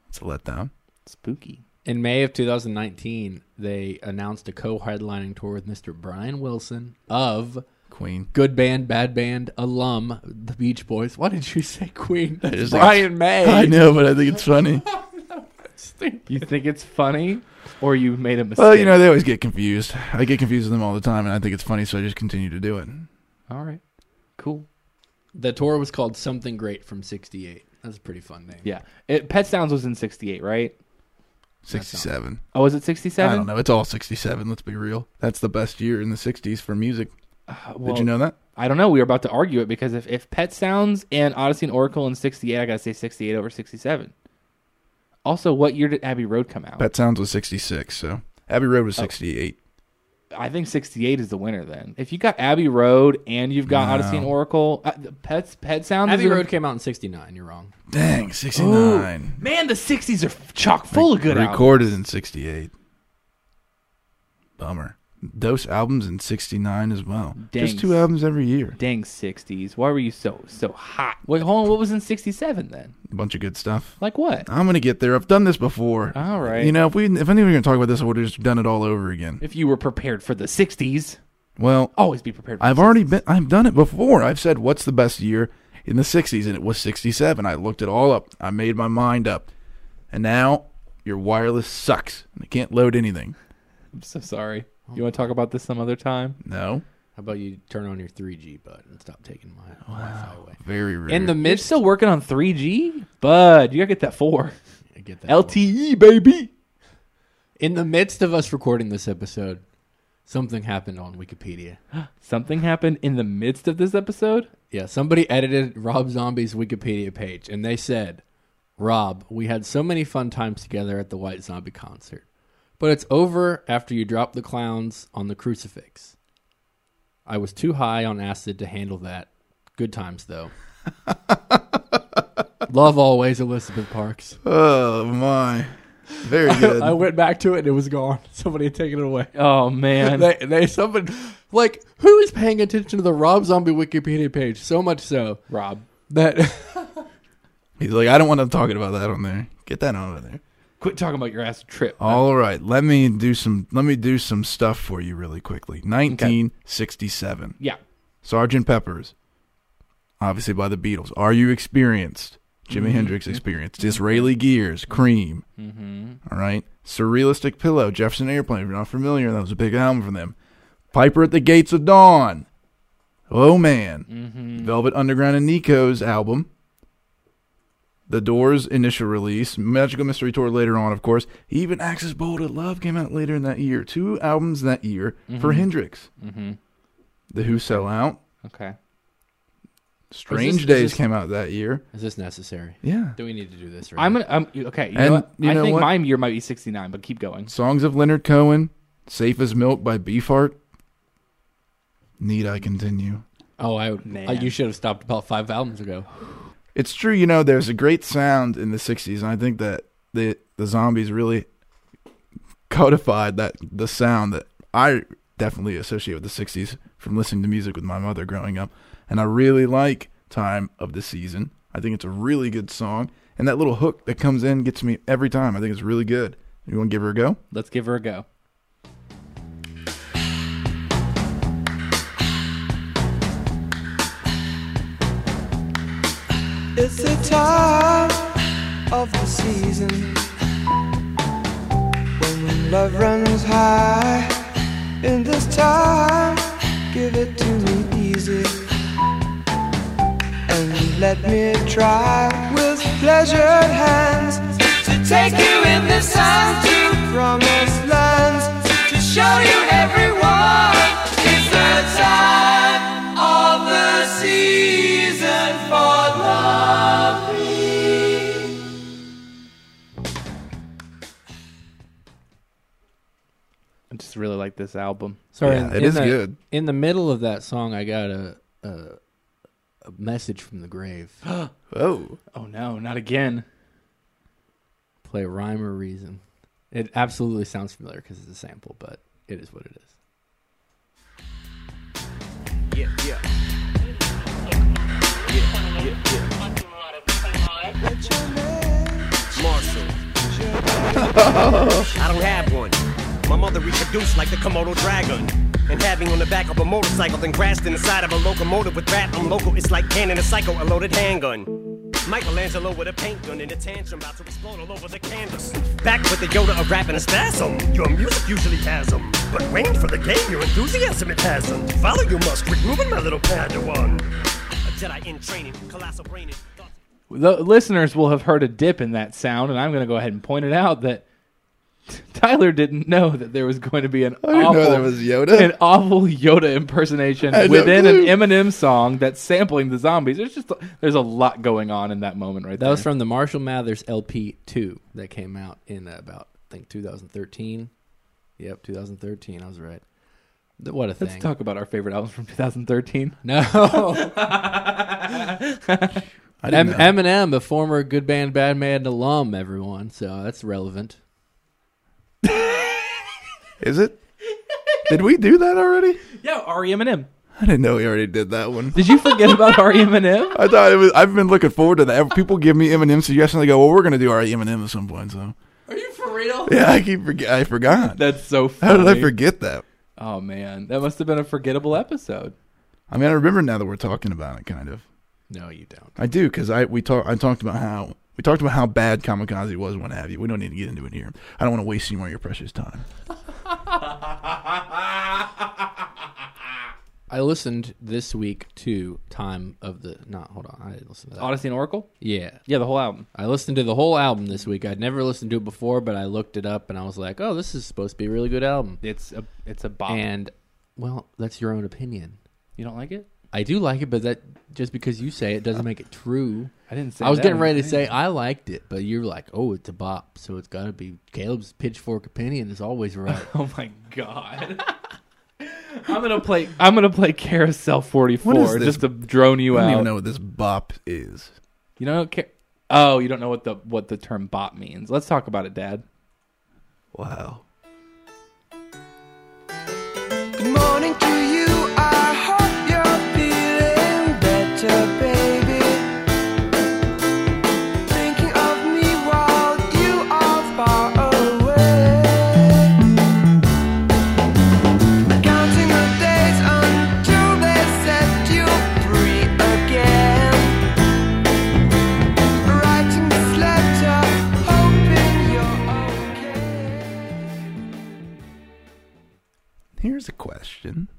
It's a letdown. Spooky. In May of 2019, they announced a co-headlining tour with Mr. Brian Wilson of Queen. Good Band, Bad Band, alum, The Beach Boys. Why did you say Queen? is like- Brian May. I know, but I think it's funny. You think it's funny, or you made a mistake? Well, you know, they always get confused. I get confused with them all the time, and I think it's funny, so I just continue to do it. All right, cool. The tour was called Something Great from '68. That's a pretty fun name. Yeah, it, Pet Sounds was in '68, right? 67. Oh, was it I '67? don't know. It's all 67, let's be real. That's the best year in the 60s for music. Well, Did you know that? I don't know. We were about to argue it because if, if Pet Sounds and Odyssey and Oracle in '68, I gotta say '68 over '67. Also, what year did Abbey Road come out? Pet Sounds was 66, so Abbey Road Oh. was 68. I think '68 is the winner. Then, if you got Abbey Road and you've got Odyssey and Oracle, uh, the Pets Pet Sounds. Abbey is a- Road came out in '69. You're wrong. Dang, 69. Man, the '60s are chock full of good albums. Recorded in 68. Bummer. Those albums in 69 as well. Just Dang. two albums every year. Dang '60s! Why were you so so hot? Wait, hold on. What was in '67 then? A bunch of good stuff. Like what? I'm gonna get there. I've done this before. All right. You know, if we if I knew we were gonna talk about this, I would have just done it all over again. If you were prepared for the '60s, Well, always be prepared. For I've the already been. I've done it before. I've said what's the best year in the '60s, and it was '67. I looked it all up. I made my mind up, and now your wireless sucks. and It can't load anything. 60s. so sorry. You want to talk about this some other time? No, How about you turn on your 3G button and stop taking my Wi-Fi away? very rare. In the They're mid, still working on 3G, bud. You gotta get that four. I get that E, LTE, baby. In the midst of us recording this episode, something happened on Wikipedia. Something happened in the midst of this episode. Yeah, somebody edited Rob Zombie's Wikipedia page and they said, Rob, we had so many fun times together at the White Zombie concert, but it's over after you drop the clowns on the crucifix. I was too high on acid to handle that. Good times, though. Love always, Elizabeth Parks. oh my, very good. I went back to it and it was gone. Somebody had taken it away. Oh man, they, they somebody like who is paying attention to the Rob Zombie Wikipedia page so much so Rob, that He's like, I don't want to talking about that on there. Get that on over there. quit talking about your ass trip. All right, let me do some. Let me do some stuff for you really quickly. 1967. yeah, Sergeant Pepper's, obviously by the Beatles. Are you experienced? Jimi Hendrix experienced. Disraeli Gears, Cream. All right. Surrealistic Pillow, Jefferson Airplane. If you're not familiar, that was a big album from them. Piper at the Gates of Dawn. Oh man. Velvet Underground and Nico's album. The Doors initial release, Magical Mystery Tour later on, of course. Even Axis Bold at Love came out later in that year. Two albums that year for Hendrix. The Who Sell Out, okay. Strange is Days this- came out that year. is this necessary? Yeah. Do we need to do this? Right I'm now? gonna. Um, okay, you And know what? you know I think what? my year might be 69, but keep going. Songs of Leonard Cohen, Safe as Milk by Beefheart. Need I continue? oh, I Man. uh, you should have stopped about five albums ago. It's true, you know, there's a great sound in the 60s, and I think that the, the zombies really codified that the sound that I definitely associate with the 60s from listening to music with my mother growing up. And I really like Time of the Season. I think it's a really good song. And that little hook that comes in gets me every time. I think it's really good. You want to give her a go? Let's give her a go. It's the time of the season when love runs high. In this time, give it to me easy and let me try with pleasured hands to take you in the sun to promised lands to show you everyone. It's the time of the season for love. I just really like this album. Sorry, Yeah, in- it in is the- good. In the middle of that song, I got a a, a message from the grave. Oh. Oh no, not again. Play rhyme or reason. It absolutely sounds familiar because it's a sample, but it is what it is. Marshall. I don't have one. My mother reproduced like the Komodo dragon. And having on the back of a motorcycle, then crashed in the side of a locomotive with rat on local. It's like canning a psycho, a loaded handgun. Michelangelo with a paint gun in a tantrum, about to explode all over the canvas. Back with the Yoda of rap and a spasm. Your music usually has them, but waned for the game, your enthusiasm it hasn't. Follow you must, quit moving, my little Padawan. A Jedi in training, colossal braining. thoughts- The listeners will have heard a dip in that sound, and I'm going to go ahead and point it out that Tyler didn't know that there was going to be an didn't know awful, there was Yoda. an awful Yoda impersonation had no within an clue. Eminem song that's sampling the zombies. There's just there's a lot going on in that moment right That there. was from the Marshall Mathers LP two that came out in about I think 2013. Yep, 2013. I was right. Th- What a Let's thing! talk about our favorite albums from 2013. no, I M- didn't know. Eminem, a former Good Band Bad Man alum, everyone. So that's relevant. Is it? Did we do that already? Yeah, R.E. Eminem. I didn't know we already did that one. Did you forget about R.E. Eminem? I thought it was. I've been looking forward to that. People give me Eminem suggestions. They go, "Well, we're gonna do our Eminem at some point." So, Are you for real? yeah, I keep forget. I forgot. That's so How funny. did I forget that? Oh man, that must have been a forgettable episode. I mean, I remember now that we're talking about it. Kind of. No, you don't. I do because I we talk, I talked about how we talked about how bad Kamikaze was, and what have you. We don't need to get into it here. I don't want to waste any more of your precious time. I listened this week to Time of the. Not hold on. I didn't listen to that. Odyssey and Oracle. Yeah, Yeah, the whole album. I listened to the whole album this week. I'd never listened to it before, but I looked it up and I was like, "Oh, this is supposed to be a really good album." It's a it's a bop. And well, that's your own opinion. you don't like it? I do like it, but that just because you say it doesn't make it true. I didn't say. I was that. getting ready to say I liked it, but you're like, "Oh, it's a bop," so it's got to be Caleb's pitchfork opinion is always right. Oh my god. I'm gonna play. I'm gonna play Carousel 44 What is this? just to drone you I don't out. even know what this bop is. You don't care. Oh, you don't know what the what the term bot means. Let's talk about it, Dad. Wow. Good morning to you. I hope you're feeling better, baby. Thinking of me while you are far away. Counting the days until they set you free again. Writing this letter, hoping you're okay. Here's a question.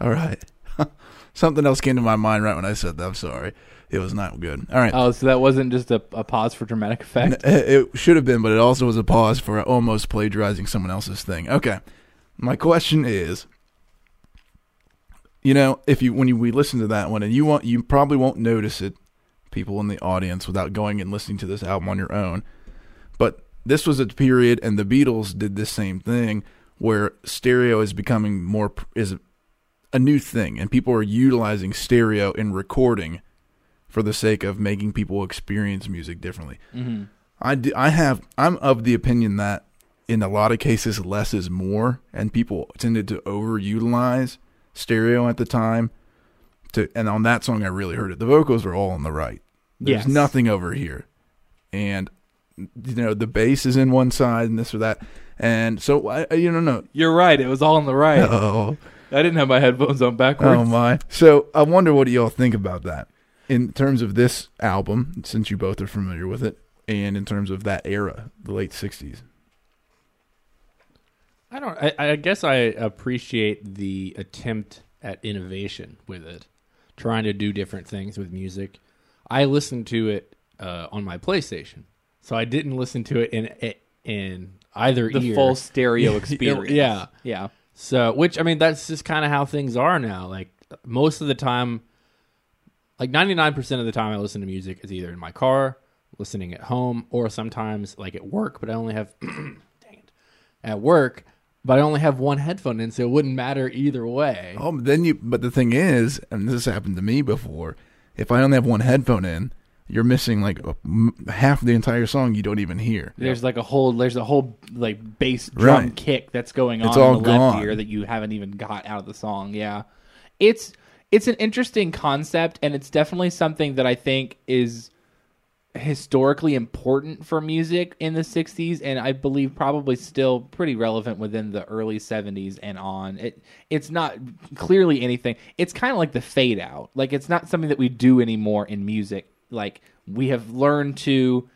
All right. Something else came to my mind right when I said that. I'm sorry. It was not good. All right. Oh, so that wasn't just a, a pause for dramatic effect. It it should have been, but it also was a pause for almost plagiarizing someone else's thing. Okay. My question is you know, if you when you, we listen to that one and you want you probably won't notice it people in the audience without going and listening to this album on your own. But this was a period and the Beatles did this same thing where stereo is becoming more pr- is a new thing and people are utilizing stereo in recording for the sake of making people experience music differently. I do, I have I'm of the opinion that in a lot of cases less is more and people tended to overutilize stereo at the time to and on that song I really heard it the vocals were all on the right there's Yes. nothing over here and you know the bass is in one side and this or that and so I I- you don't know You're right. It was all on the right. oh I didn't have my headphones on backwards. Oh my! So I wonder what y'all think about that in terms of this album, since you both are familiar with it, and in terms of that era, the late '60s. I don't. I, I guess I appreciate the attempt at innovation with it, trying to do different things with music. I listened to it uh, on my PlayStation, so I didn't listen to it in in either the ear. full stereo experience. Yeah. yeah. So, which I mean, that's just kind of how things are now. Like most of the time, like ninety nine percent of the time, I listen to music is either in my car, listening at home, or sometimes like at work. But I only have, dang it, at work. But I only have one headphone in, so it wouldn't matter either way. Oh, but then you. But the thing is, and this has happened to me before. If I only have one headphone in, you're missing like a- m- half the entire song. You don't even hear. There's like a whole there's a whole like bass drum Right. kick that's going on It's in all the gone. left ear that you haven't even got out of the song. Yeah. It's it's an interesting concept and it's definitely something that I think is historically important for music in the 60s and I believe probably still pretty relevant within the early 70s and on. It it's not clearly anything. It's kind of like the fade out. Like it's not something that we do anymore in music. Like we have learned to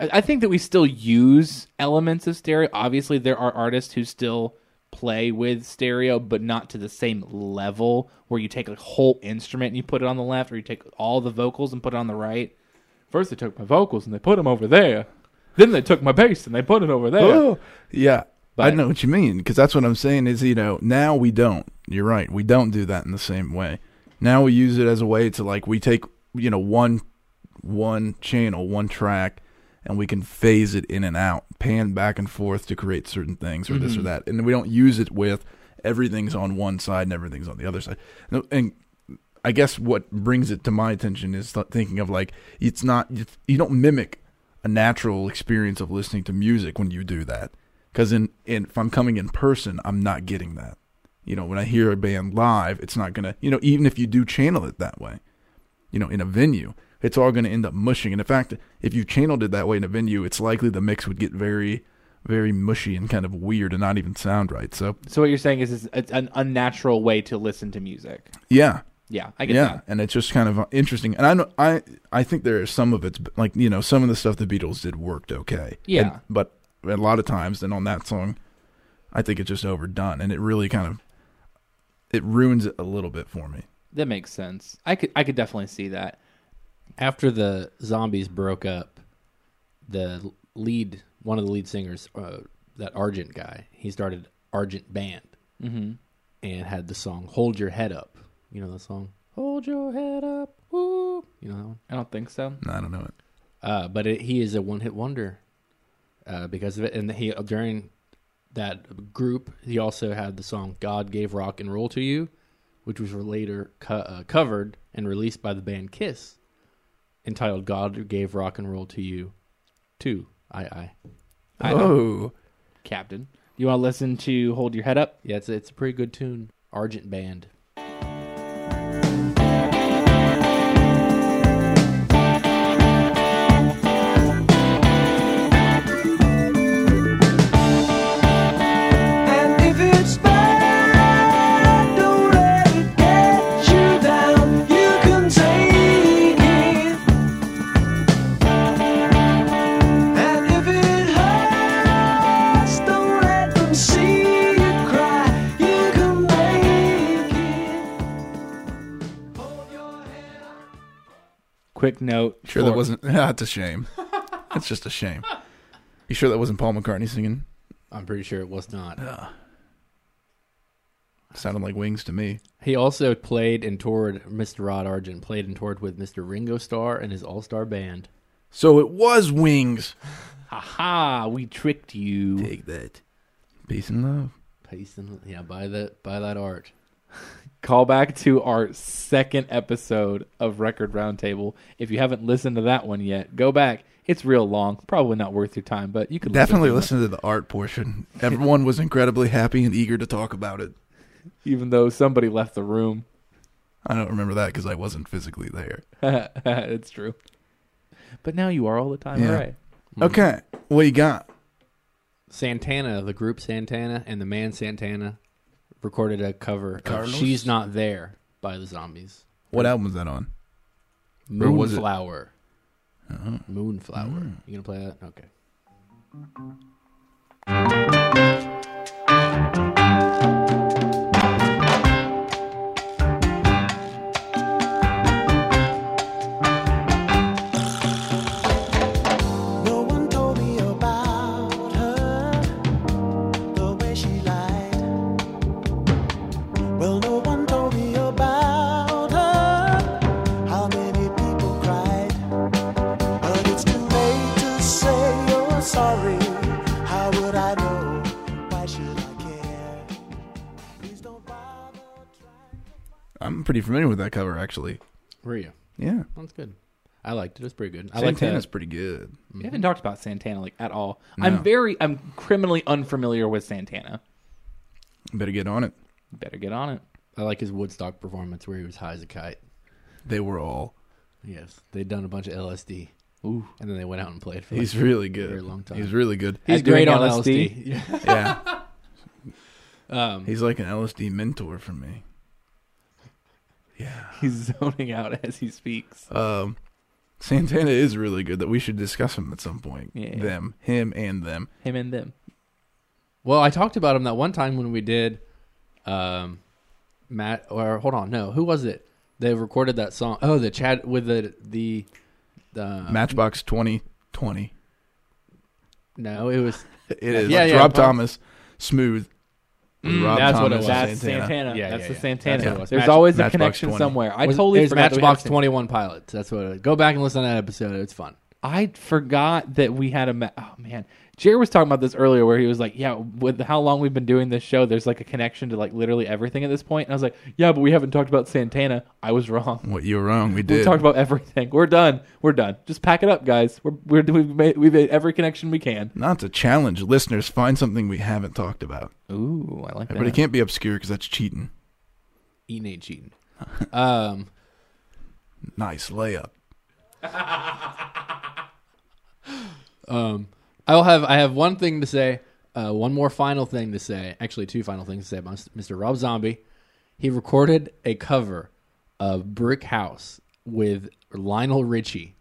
I I think that we still use elements of stereo. Obviously, there are artists who still play with stereo, but not to the same level where you take a whole instrument and you put it on the left, or you take all the vocals and put it on the right. First, they took my vocals and they put them over there. Then they took my bass and they put it over there. Oh, yeah. But- I know what you mean because that's what I'm saying is, you know, now we don't. You're right. We don't do that in the same way. Now we use it as a way to like we take, you know, one one channel, one track and we can phase it in and out, pan back and forth to create certain things or this or that. And we don't use it with everything's on one side and everything's on the other side. And- And I guess what brings it to my attention is th- thinking of like it's not it's, you don't mimic a natural experience of listening to music when you do that because in, in if I'm coming in person I'm not getting that you know when I hear a band live it's not gonna you know even if you do channel it that way you know in a venue it's all gonna end up mushing and in fact if you channeled it that way in a venue it's likely the mix would get very very mushy and kind of weird and not even sound right so So what you're saying is, is it's an unnatural way to listen to music. yeah Yeah, I get yeah, that. and it's just kind of uh, interesting. And I know I I think there is some of it's like you know some of the stuff the Beatles did worked okay. Yeah. And- but a lot of times, then on that song, I think it's just overdone, and it really kind of it ruins it a little bit for me. That makes sense. I could I could definitely see that. after the zombies broke up, the lead, one of the lead singers, uh, that Argent guy, he started Argent Band and had the song "Hold Your Head Up." You know that song? Hold your head up, woo. You know that one? I don't think so. No, I don't know it. Uh, but it, he is a one-hit wonder uh, because of it. And he during that group, he also had the song "God Gave Rock and Roll to You," which was later co- uh, covered and released by the band Kiss, entitled "God Gave Rock and Roll to You," too. I I. Oh, Captain, you want to listen to "Hold Your Head Up"? Yeah, it's a, it's a pretty good tune. Argent Band. And if it's bad, don't let it get you down. You can take it. And if it hurts, don't let them see you cry. You can make it. Hold your head up. Quick note. sure for- that wasn't. That's a shame. That's just a shame. You sure that wasn't Paul McCartney singing? I'm pretty sure it was not. Sounded like Wings to me. He also played and toured. Mr. Rod Argent played and toured with Mr. Ringo Starr and his All Star Band. So it was Wings. Aha! We tricked you. Take that. Peace and love. Peace and yeah, buy that buy that art. Call back to our second episode of Record Roundtable. If you haven't listened to that one yet, go back. It's real long. Probably not worth your time, but you could Definitely listen. to it. listen to the art portion. Everyone was incredibly happy and eager to talk about it. Even though somebody left the room. I don't remember that because I wasn't physically there. it's true. But now you are all the time, Yeah. right? Okay, what you got? Santana, the group Santana and the man Santana recorded a cover of She's Not There by the Zombies. What album was that on? Where was it? Uh-huh. Hmm. Moonflower. Moonflower. You gonna play that? Okay. No one told me about her, the way she lied. Well, no one told me about her, how many people cried. But it's too late to say you're sorry. How would I know? Why should I care? Please don't bother trying. I'm pretty familiar with that cover, actually. Maria. Yeah, That's good. I liked it. It was pretty good. I liked Santana's that. pretty good. We haven't talked about Santana like at all. I'm very I'm criminally unfamiliar with Santana. Better get on it. Better get on it. I like his Woodstock performance where he was high as a kite. They were all. Yes. They'd done a bunch of LSD. Ooh. And then they went out and played for He's like really a good. very long time. He's really good. He's At doing great on LSD. LSD? Yeah. yeah. Um, He's like an LSD mentor for me. He's zoning out as he speaks. Um, Santana is really good. That we should discuss him at some point. Yeah. Them, him, and them. Him and them. Well, I talked about him that one time when we did um Matt or hold on, no, who was it? They recorded that song. Oh, the Chad with the the uh, Matchbox twenty twenty. no, it was It is. Yeah, yeah, Rob Paul. Thomas, smooth. Rob that's what it was. and That's Santana. Yeah, That's yeah, the yeah. Santana. That's what it was. There's Match- always a Matchbox connection 20. somewhere. I was- totally it was forgot that we had Matchbox Santana. Twenty One Pilots. That's what. It was. Go back and listen to that episode. It's fun. I forgot that we had a. Ma- oh man, Jared was talking about this earlier, where he was like, "Yeah, with how long we've been doing this show, there's like a connection to like literally everything at this point." And I was like, "Yeah, but we haven't talked about Santana." I was wrong. What you were wrong. We did. We talked about everything. We're done. We're done. Just pack it up, guys. We're, we're we've made we've made every connection we can. Not to challenge listeners, find something we haven't talked about. Ooh, I like that. But it can't be obscure because that's cheating. Eating ain't cheating. um, Nice layup. I'll have I have one thing to say, uh, one more final thing to say. Actually, two final things to say about Mr. Rob Zombie. He recorded a cover of Brick House with Lionel Richie.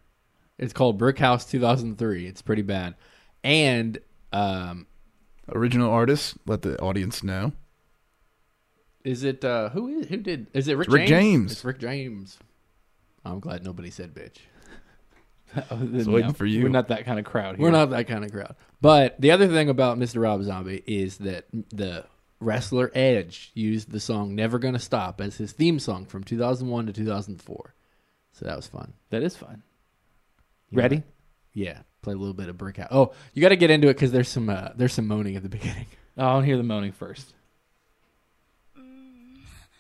It's called Brick House 2003. It's pretty bad, and um, Original artist, let the audience know. Is it uh who is who did is it Rick, Rick James? James. It's Rick James. I'm glad nobody said bitch. was waiting for you. Oh, We're not that kind of crowd. Here. We're not that kind of crowd. But the other thing about Mr. Rob Zombie is that the wrestler Edge used the song Never Gonna Stop as his theme song from 2001 to 2004. So that was fun. That is fun. Ready? Yeah, play a little bit of brick out. Oh, you got to get into it cuz there's some uh, there's some moaning at the beginning. Oh, I'll hear the moaning first.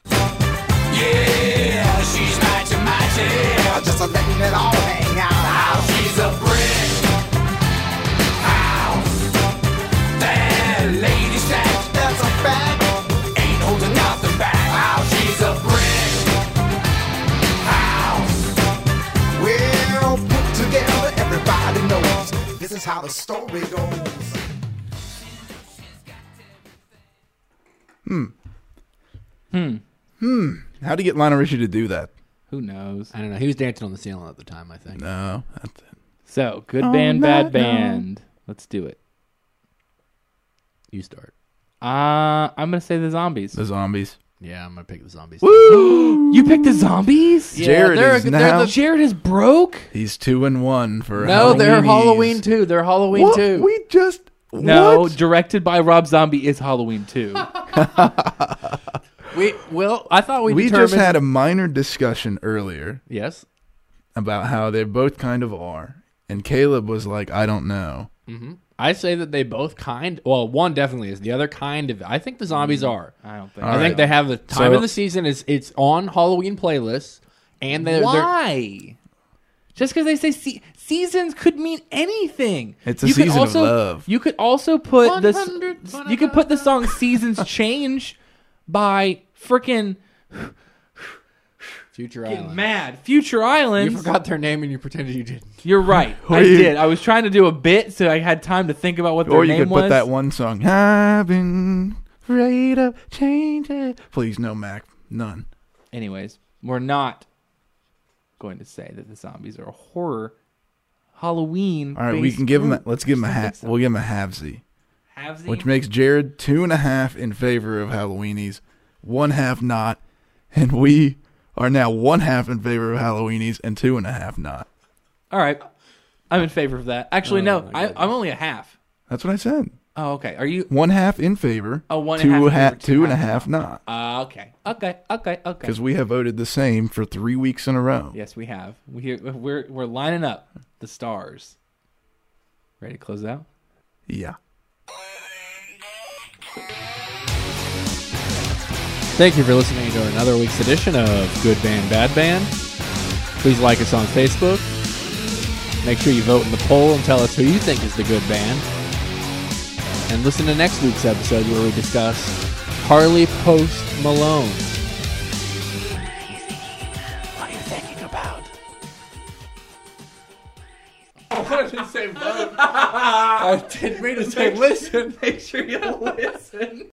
Yeah, she's mighty, mighty. Just letting it all hang out. How she's a brick house. That lady stack, that's a fact. Ain't holding nothing back. How she's a brick house. Well, put together, everybody knows this is how the story goes. How do you get Lionel Richie to do that? Who knows? I don't know. He was dancing on the ceiling at the time, I think. No, that's it. So good band, no, bad band. Let's do it. You start. Uh, I'm gonna say the zombies. the zombies. Yeah, I'm going to pick the zombies. You picked the zombies? Jared they're- is they're now. Jared is broke. he's two and one for No, they're Halloweenies. Halloween too. They're Halloween What? too. We just No, what? directed by Rob Zombie is Halloween too. We well, I thought we, we determined. just had a minor discussion earlier yes. about how they both kind of are, and Caleb was like, "I don't know." I say that they both kind. Well, one definitely is. The other kind of. I think the Mm. zombies are. I don't think. I think right. they have the time So- of the season. It's it's on Halloween playlists, and they're, they're Why? Just because they say se- seasons could mean anything. It's a could season of love. You could also put this. 100 You could put the song "Seasons Change" by freaking Future getting Island. mad. Future You Islands. forgot their name and you pretended you didn't. You're right. I you- did. I was trying to do a bit, so I had time to think about what their Or you name could was. put that one song. I've been afraid of changes. Please, no Mac, none. Anyways, we're not going to say that the zombies are a horror Halloween. All right, we can give him. A, let's give him a half. We'll give him a halfsy, have which makes Jared two and a half in favor of Halloweenies, one half not, and we are now one half in favor of Halloweenies and two and a half not. All right, I'm in favor of that. Oh Actually, no, I, I'm only a half. That's what I said. Oh, okay. Are you? One half in favor. Oh, one and a half two in favor, ha- two and a half not. Uh, okay, okay, okay, okay. Because we have voted the same for three weeks in a row. Yes, we have. We we're we're lining up the stars. Ready to close out? Yeah. Thank you for listening to another week's edition of Good Band Bad Band. Please like us on Facebook. Make sure you vote in the poll and tell us who you think is the good band. And listen to next week's episode where we discuss Harley Post Malone. same boat. I didn't mean to say listen. Make sure you listen.